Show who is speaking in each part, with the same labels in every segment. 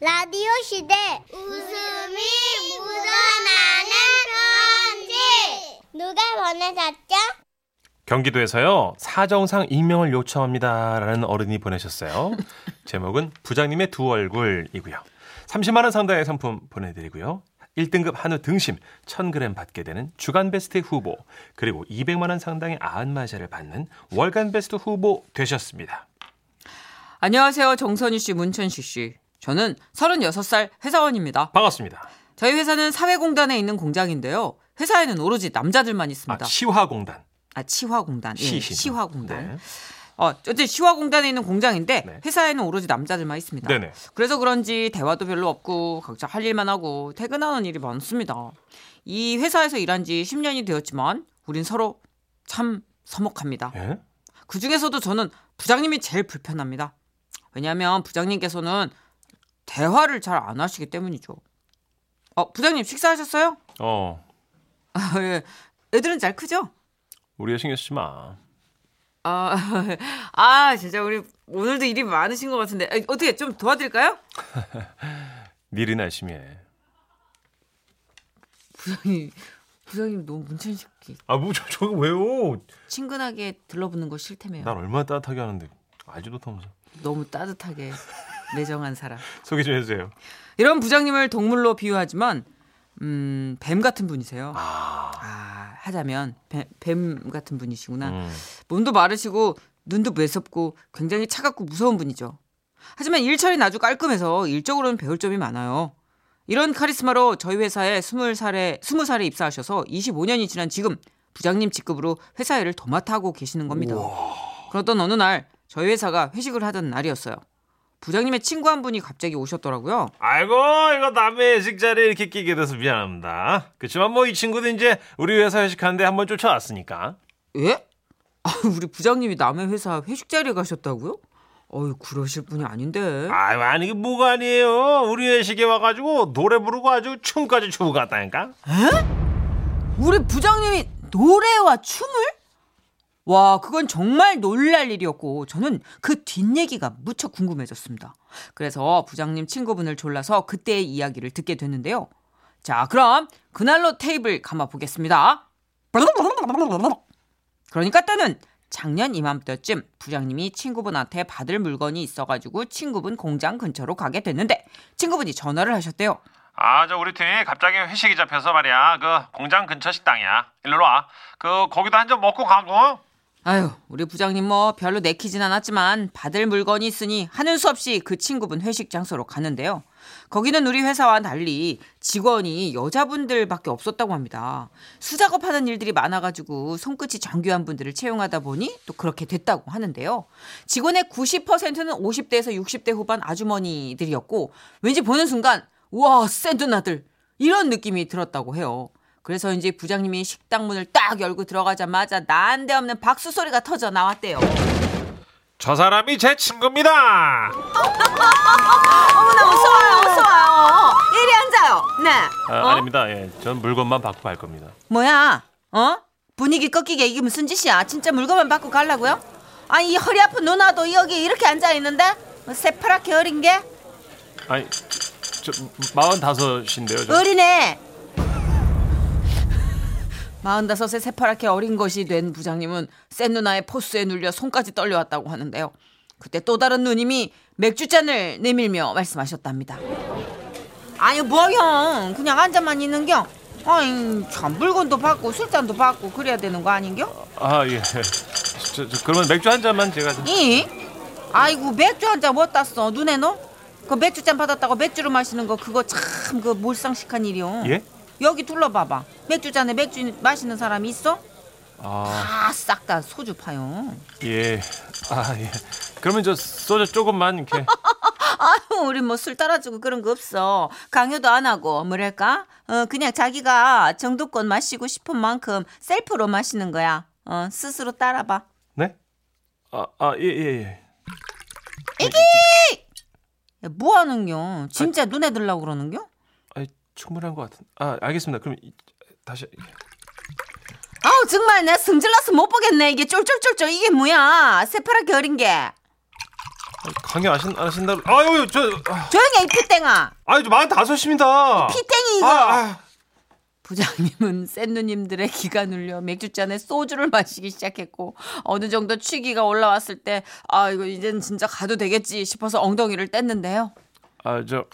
Speaker 1: 라디오 시대 웃음이 묻어나는 편지 누가 보내셨죠?
Speaker 2: 경기도에서요 사정상 임명을 요청합니다라는 어른이 보내셨어요. 제목은 부장님의 두 얼굴이고요. 30만 원 상당의 상품 보내드리고요. 1등급 한우 등심 1,000g 받게 되는 주간 베스트 후보 그리고 200만 원 상당의 아한마샤를 받는 월간 베스트 후보 되셨습니다.
Speaker 3: 안녕하세요. 정선희 씨, 문천식 씨. 저는 36살 회사원입니다.
Speaker 2: 반갑습니다. 아,
Speaker 3: 저희 회사는 사회공단에 있는 공장인데요. 회사에는 오로지 남자들만
Speaker 2: 아,
Speaker 3: 있습니다.
Speaker 2: 시화공단
Speaker 3: 아, 치화공단. 예,
Speaker 2: 시신.
Speaker 3: 시화공단.
Speaker 2: 네.
Speaker 3: 어, 어쨌든 시화공단에 있는 공장인데
Speaker 2: 네.
Speaker 3: 회사에는 오로지 남자들만 있습니다.
Speaker 2: 네네.
Speaker 3: 그래서 그런지 대화도 별로 없고 각자 할 일만 하고 퇴근하는 일이 많습니다. 이 회사에서 일한 지 10년이 되었지만 우린 서로 참 서먹합니다.
Speaker 2: 예?
Speaker 3: 그 중에서도 저는 부장님이 제일 불편합니다. 왜냐하면 부장님께서는 대화를 잘 안 하시기 때문이죠. 어, 부장님 식사하셨어요?
Speaker 2: 어
Speaker 3: 아, 예. 애들은 잘 크죠?
Speaker 2: 우리가 신경 쓰지 마.
Speaker 3: 아, 아, 진짜 우리 오늘도 일이 많으신 것 같은데 아, 어떻게 좀 도와드릴까요?
Speaker 2: 일이나 열심히 해.
Speaker 3: 부장님, 부장님 너무 문천식이
Speaker 2: 아뭐 저거 왜요?
Speaker 3: 예. 친근하게 들러붙는 거 싫다며요.
Speaker 2: 난 얼마나 따뜻하게 하는데 알지도 못하면서
Speaker 3: 너무 따뜻하게 내정한 사람.
Speaker 2: 소개 좀 해주세요.
Speaker 3: 이런 부장님을 동물로 비유하지만 음, 뱀 같은 분이세요. 아, 하자면 뱀, 뱀 같은 분이시구나.
Speaker 2: 음.
Speaker 3: 몸도 마르시고 눈도 매섭고 굉장히 차갑고 무서운 분이죠. 하지만 일처리는 아주 깔끔해서 일적으로는 배울 점이 많아요. 이런 카리스마로 저희 회사에 20살에 20살에 입사하셔서 25년이 지난 지금 부장님 직급으로 회사 일을 도맡아 하고 계시는 겁니다. 그러던 어느 날 저희 회사가 회식을 하던 날이었어요. 부장님의 친구 한 분이 갑자기 오셨더라고요.
Speaker 2: 아이고 이거 남의 회식 자리에 이렇게 끼게 돼서 미안합니다. 그렇지만 뭐 이 친구도 이제 우리 회사 회식하는데 한번 쫓아왔으니까.
Speaker 3: 예? 아, 우리 부장님이 남의 회사 회식 자리에 가셨다고요? 어유 그러실 분이 아닌데.
Speaker 2: 아유 아니 이게 뭐가 아니에요. 우리 회식에 와가지고 노래 부르고 아주 춤까지 추고 갔다니까.
Speaker 3: 우리 부장님이 노래와 춤을? 와, 그건 정말 놀랄 일이었고, 저는 그 뒷얘기가 무척 궁금해졌습니다. 그래서 부장님 친구분을 졸라서 그때의 이야기를 듣게 됐는데요. 자, 그럼 그날로 테이블 감아 보겠습니다. 그러니까 때는 작년 이맘때쯤 부장님이 친구분한테 받을 물건이 있어가지고 친구분 공장 근처로 가게 됐는데 친구분이 전화를 하셨대요.
Speaker 2: 아 저 우리 팀이 갑자기 회식이 잡혀서 말이야. 그 공장 근처 식당이야. 일로 와. 그 거기도 한 점 먹고 가고.
Speaker 3: 아유, 우리 부장님 뭐 별로 내키진 않았지만 받을 물건이 있으니 하는 수 없이 그 친구분 회식 장소로 가는데요. 거기는 우리 회사와 달리 직원이 여자분들밖에 없었다고 합니다. 수작업하는 일들이 많아가지고 손끝이 정교한 분들을 채용하다 보니 또 그렇게 됐다고 하는데요. 직원의 90%는 50대에서 60대 후반 아주머니들이었고 왠지 보는 순간 우와 센 누나들 이런 느낌이 들었다고 해요. 그래서 이제 부장님이 식당 문을 딱 열고 들어가자마자 난데없는 박수 소리가 터져 나왔대요.
Speaker 2: 저 사람이 제 친구입니다. 아,
Speaker 3: 어머나 어서 와요, 어서 와요. 이리 앉아요. 네.
Speaker 2: 아, 닙니다 예, 전 물건만 받고 갈 겁니다.
Speaker 3: 뭐야? 어? 분위기 꺾이게 이게 무슨 짓이야? 진짜 물건만 받고 가려고요? 아니 이 허리 아픈 누나도 여기 이렇게 앉아 있는데 뭐 새파랗게 어린 게
Speaker 2: 아니 저 마흔다섯인데요. 저.
Speaker 3: 어린애. 마흔다섯에 새파랗게 어린 것이 된 부장님은 센 누나의 포스에 눌려 손까지 떨려왔다고 하는데요. 그때 또 다른 누님이 맥주잔을 내밀며 말씀하셨답니다. 아니 뭐야 그냥 앉아만 있는겨? 아이 참 물건도 받고 술잔도 받고 그래야 되는 거 아닌겨?
Speaker 2: 아 예. 저, 저 그러면 맥주 한 잔만 제가 좀.
Speaker 3: 이? 아이고 맥주 한 잔 못 땄어 눈에 넣어? 그 맥주잔 받았다고 맥주로 마시는 거 그거 참 그 몰상식한 일이요.
Speaker 2: 예?
Speaker 3: 여기 둘러봐봐. 맥주잔에 맥주 마시는 사람 있어?
Speaker 2: 아
Speaker 3: 다 싹 다 소주 파요.
Speaker 2: 예. 아 예. 그러면 저 소주 조금만 이렇게.
Speaker 3: 아유, 우리 뭐 술 따라주고 그런 거 없어. 강요도 안 하고 뭐랄까? 어, 그냥 자기가 정도껏 마시고 싶은 만큼 셀프로 마시는 거야. 어, 스스로 따라봐.
Speaker 2: 네? 아아예 예, 예.
Speaker 3: 야, 뭐 하는겨? 진짜 눈에 들라고 그러는겨?
Speaker 2: 아 충분한 것 같은. 아 알겠습니다. 그럼 이- 다시.
Speaker 3: 아우 정말 내가 성질나서 못 보겠네. 이게 쫄쫄쫄쫄 이게 뭐야? 새파랗게 어린 게.
Speaker 2: 강의 안 하신 안 하신다. 아유 저
Speaker 3: 조용히 해, 이 피땡아.
Speaker 2: 아유 저 마흔 다섯입니다.
Speaker 3: 피땡이 이거.
Speaker 2: 아,
Speaker 3: 부장님은 센 누님들의 기가 눌려 맥주잔에 소주를 마시기 시작했고 어느 정도 취기가 올라왔을 때 아 이거 이젠 진짜 가도 되겠지 싶어서 엉덩이를 뗐는데요.
Speaker 2: 아저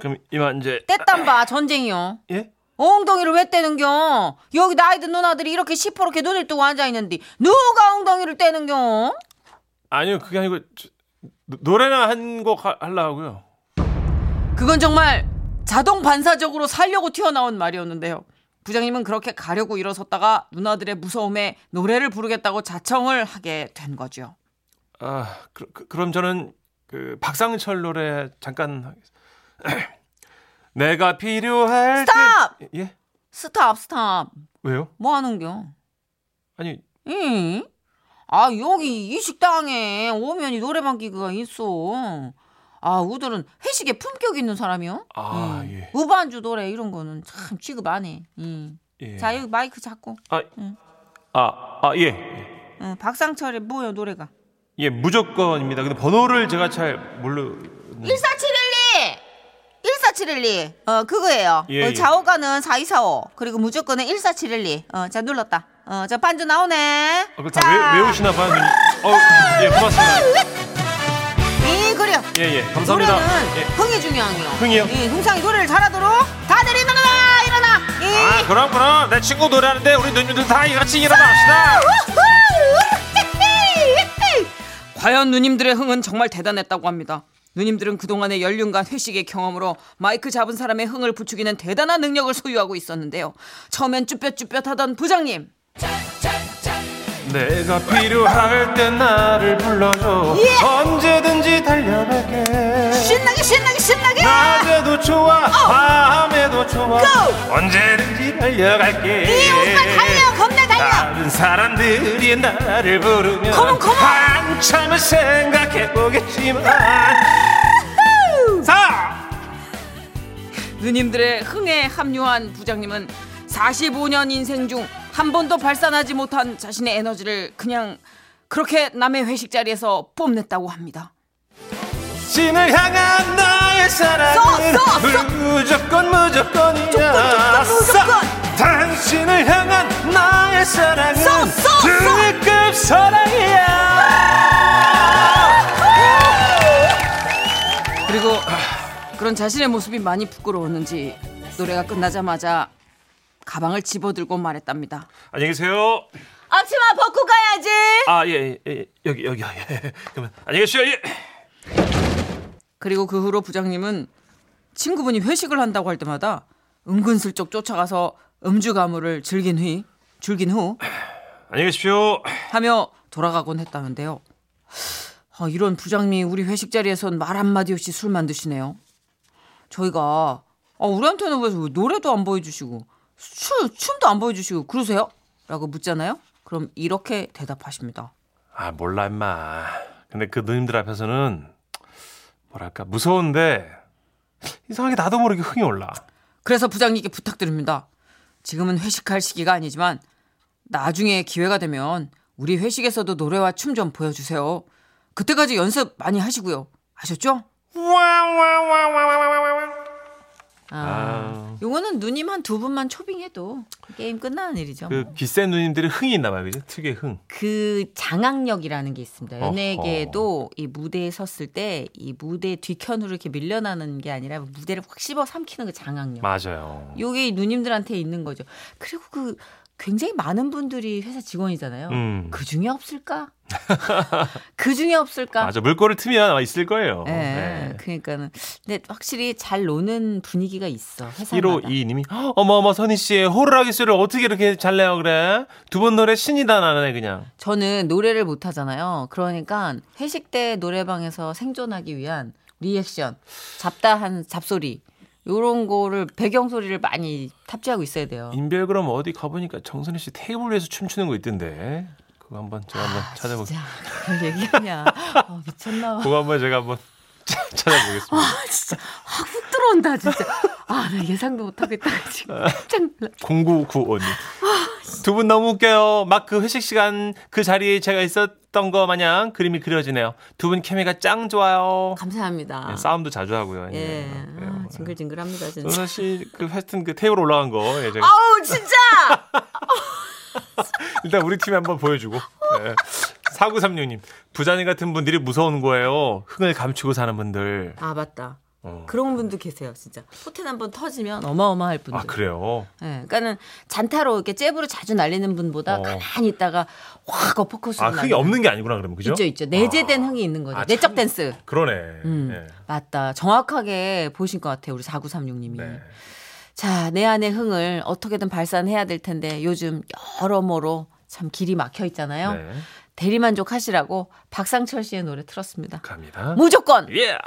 Speaker 2: 그럼 이만 이제
Speaker 3: 뗐단 바 전쟁이요. 어,
Speaker 2: 예?
Speaker 3: 엉덩이를 왜 떼는겨? 여기 나이 든 누나들이 이렇게 시퍼렇게 눈을 뜨고 앉아있는데 누가 엉덩이를 떼는겨?
Speaker 2: 아니요 그게 아니고 저, 노- 노래나 한 곡 하려고요.
Speaker 3: 그건 정말 자동 반사적으로 살려고 튀어나온 말이었는데요. 부장님은 그렇게 가려고 일어섰다가 누나들의 무서움에 노래를 부르겠다고 자청을 하게 된 거죠.
Speaker 2: 아 그, 그, 그럼 저는 그 박상철 노래 잠깐 하겠습니다. 내가 필요할
Speaker 3: 스탑!
Speaker 2: 때 예?
Speaker 3: 스탑 스탑
Speaker 2: 왜요?
Speaker 3: 뭐 하는겨?
Speaker 2: 아니
Speaker 3: 응? 아 여기 이 식당에 오면 이 노래방 기구가 있어. 아 우들은 회식에 품격 있는 사람이요.
Speaker 2: 아,
Speaker 3: 음.
Speaker 2: 예.
Speaker 3: 우반주 노래 이런 거는 참 취급 안 해. 음.
Speaker 2: 예.
Speaker 3: 자 여기 마이크 잡고. 음.
Speaker 2: 아, 아, 예. 예.
Speaker 3: 응, 박상철의 뭐요 노래가?
Speaker 2: 예, 무조건입니다. 근데 번호를 제가 잘 모르는
Speaker 3: 14712. 14712. 어 그거예요.
Speaker 2: 예,
Speaker 3: 어,
Speaker 2: 예.
Speaker 3: 좌우가는 4245. 그리고 무조건은 14712. 어자 눌렀다. 어자 반주 나오네.
Speaker 2: 아, 그걸 다 외, 외우시나 봐요. 누님. 어, 예, 고맙습니다.
Speaker 3: 이 그려.
Speaker 2: 예, 예. 감사합니다.
Speaker 3: 노래는
Speaker 2: 예.
Speaker 3: 흥이 중요해요.
Speaker 2: 흥이요?
Speaker 3: 예, 흥상이 노래를 잘하도록 다들 일어나 일어나. 예.
Speaker 2: 아, 그럼 그럼 내 친구 노래하는데 우리 누님들 다 같이
Speaker 3: 아,
Speaker 2: 일어납시다.
Speaker 3: 과연 누님들의 흥은 정말 대단했다고 합니다. 누님들은 그동안의 연륜과 회식의 경험으로 마이크 잡은 사람의 흥을 부추기는 대단한 능력을 소유하고 있었는데요. 처음엔 쭈뼛쭈뼛하던 부장님.
Speaker 2: 내가 필요할 때 나를 불러줘.
Speaker 3: 예.
Speaker 2: 언제든지 달려갈게.
Speaker 3: 신나게 신나게 신나게!
Speaker 2: 낮에도 좋아, 밤에도 좋아. 언제든지 달려갈게.
Speaker 3: 이 네, 오빠 예, 달려 겁내 달려!
Speaker 2: 다른 사람들이 나를 부르면
Speaker 3: 컴온, 컴온!
Speaker 2: 한참을 생각해 보겠지만 사
Speaker 3: 누님들의 흥에 합류한 부장님은 45년 인생 중 한 번도 발산하지 못한 자신의 에너지를 그냥 그렇게 남의 회식 자리에서 뽐냈다고 합니다.
Speaker 2: 신을 향한 나의 사랑은
Speaker 3: 써, 써, 써!
Speaker 2: 무조건 무조건이야
Speaker 3: 무조건, 무조건, 무조건!
Speaker 2: 써! 당신을 향한 나의 사랑은
Speaker 3: 써, 써, 써!
Speaker 2: 등급 사랑이야
Speaker 3: 그리고 그런 자신의 모습이 많이 부끄러웠는지 노래가 끝나자마자 가방을 집어들고 말했답니다.
Speaker 2: 안녕히 계세요
Speaker 3: 앞치마 벗고 가야지.
Speaker 2: 아예 예, 예. 여기 여기 예. 그러면 안녕히 계세요 예.
Speaker 3: 그리고 그 후로 부장님은 친구분이 회식을 한다고 할 때마다 은근슬쩍 쫓아가서 음주 가무를 즐긴 후 즐긴 후
Speaker 2: 안녕히 계십시오
Speaker 3: 하며 돌아가곤 했다는데요. 아, 이런 부장님이 우리 회식 자리에선 말 한마디 없이 술만 드시네요. 저희가 아, 우리한테는 왜 노래도 안 보여주시고 춤, 춤도 안 보여주시고 그러세요? 라고 묻잖아요. 그럼 이렇게 대답하십니다.
Speaker 2: 아 몰라 임마 근데 그 누님들 앞에서는 뭐랄까 무서운데 이상하게 나도 모르게 흥이 올라
Speaker 3: 그래서 부장님께 부탁드립니다. 지금은 회식할 시기가 아니지만 나중에 기회가 되면 우리 회식에서도 노래와 춤 좀 보여주세요. 그때까지 연습 많이 하시고요. 아셨죠?
Speaker 2: 아.
Speaker 3: 요거는 누님 한 두 분만 초빙해도 게임 끝나는 일이죠. 그,
Speaker 2: 그 비싼 누님들이 흥이 있나 봐요 그죠 특유의 흥
Speaker 3: 장악력이라는 게 있습니다.
Speaker 2: 어허.
Speaker 3: 연예계에도 이 무대에 섰을 때 이 무대 뒤편으로 이렇게 밀려나는 게 아니라 무대를 확 씹어 삼키는 그 장악력.
Speaker 2: 맞아요
Speaker 3: 요게 이 누님들한테 있는 거죠. 그리고 그 굉장히 많은 분들이 회사 직원이잖아요.
Speaker 2: 음
Speaker 3: 그 중에 없을까? 그 중에 없을까?
Speaker 2: 맞아 물꼬를 트면 아마 있을 거예요
Speaker 3: 예.
Speaker 2: 네.
Speaker 3: 그러니까는 근데 확실히 잘 노는 분위기가 있어. 회사마다.
Speaker 2: 152님이 어머 어머 선희 씨의 호루라기 소리를 어떻게 이렇게 잘 내요 그래 두 번 노래 신이다 나네 그냥
Speaker 3: 저는 노래를 못 하잖아요. 그러니까 회식 때 노래방에서 생존하기 위한 리액션, 잡다한 잡소리 요런 거를 배경 소리를 많이 탑재하고 있어야 돼요.
Speaker 2: 인별 그럼 어디 가보니까 정선희 씨 테이블 위에서 춤추는 거 있던데 그거 한번 제가 한번 찾아볼게요
Speaker 3: 진짜 그걸 얘기하냐? 어, 미쳤나 봐.
Speaker 2: 그거 한번 제가 한번 찾아보겠습니다
Speaker 3: 아 진짜 확훅 들어온다 진짜. 아 나 예상도 못하겠다 지금 깜짝 놀랐.
Speaker 2: 공구구오님 두 분 너무 웃겨요. 막 그 회식 시간 그 자리에 제가 있었던 거 마냥 그림이 그려지네요. 두 분 케미가 짱 좋아요.
Speaker 3: 감사합니다.
Speaker 2: 예, 싸움도 자주 하고요. 음.
Speaker 3: 예.
Speaker 2: 예.
Speaker 3: 아, 징글징글합니다 진짜.
Speaker 2: 조선 씨그 하여튼 그 테이블 올라간 거 예, 제가
Speaker 3: 아우 진짜.
Speaker 2: 일단 우리 팀에 한번 보여주고. 예. 4936님 부자님 같은 분들이 무서운 거예요. 흥을 감추고 사는 분들.
Speaker 3: 아 맞다.
Speaker 2: 어.
Speaker 3: 그런 분도 계세요 진짜. 포텐 한번 터지면 어마어마할 분들.
Speaker 2: 아 그래요.
Speaker 3: 예, 그러니까는 잔타로 이렇게 잽으로 자주 날리는 분보다
Speaker 2: 어.
Speaker 3: 가만히 있다가 확 어퍼컷으로
Speaker 2: 아 흥이
Speaker 3: 날리는
Speaker 2: 없는 게 아니구나 그러면 그죠?
Speaker 3: 있죠 있죠 내재된
Speaker 2: 아,
Speaker 3: 흥이 있는 거죠
Speaker 2: 아,
Speaker 3: 내적
Speaker 2: 참.
Speaker 3: 댄스
Speaker 2: 그러네.
Speaker 3: 음.
Speaker 2: 예.
Speaker 3: 맞다 정확하게 보신 것 같아요 우리 4936님이
Speaker 2: 네.
Speaker 3: 자 내 안의 흥을 어떻게든 발산해야 될 텐데 요즘 여러모로 참 길이 막혀 있잖아요
Speaker 2: 네.
Speaker 3: 대리만족하시라고 박상철 씨의 노래 틀었습니다
Speaker 2: 갑니다.
Speaker 3: 무조건
Speaker 2: 예.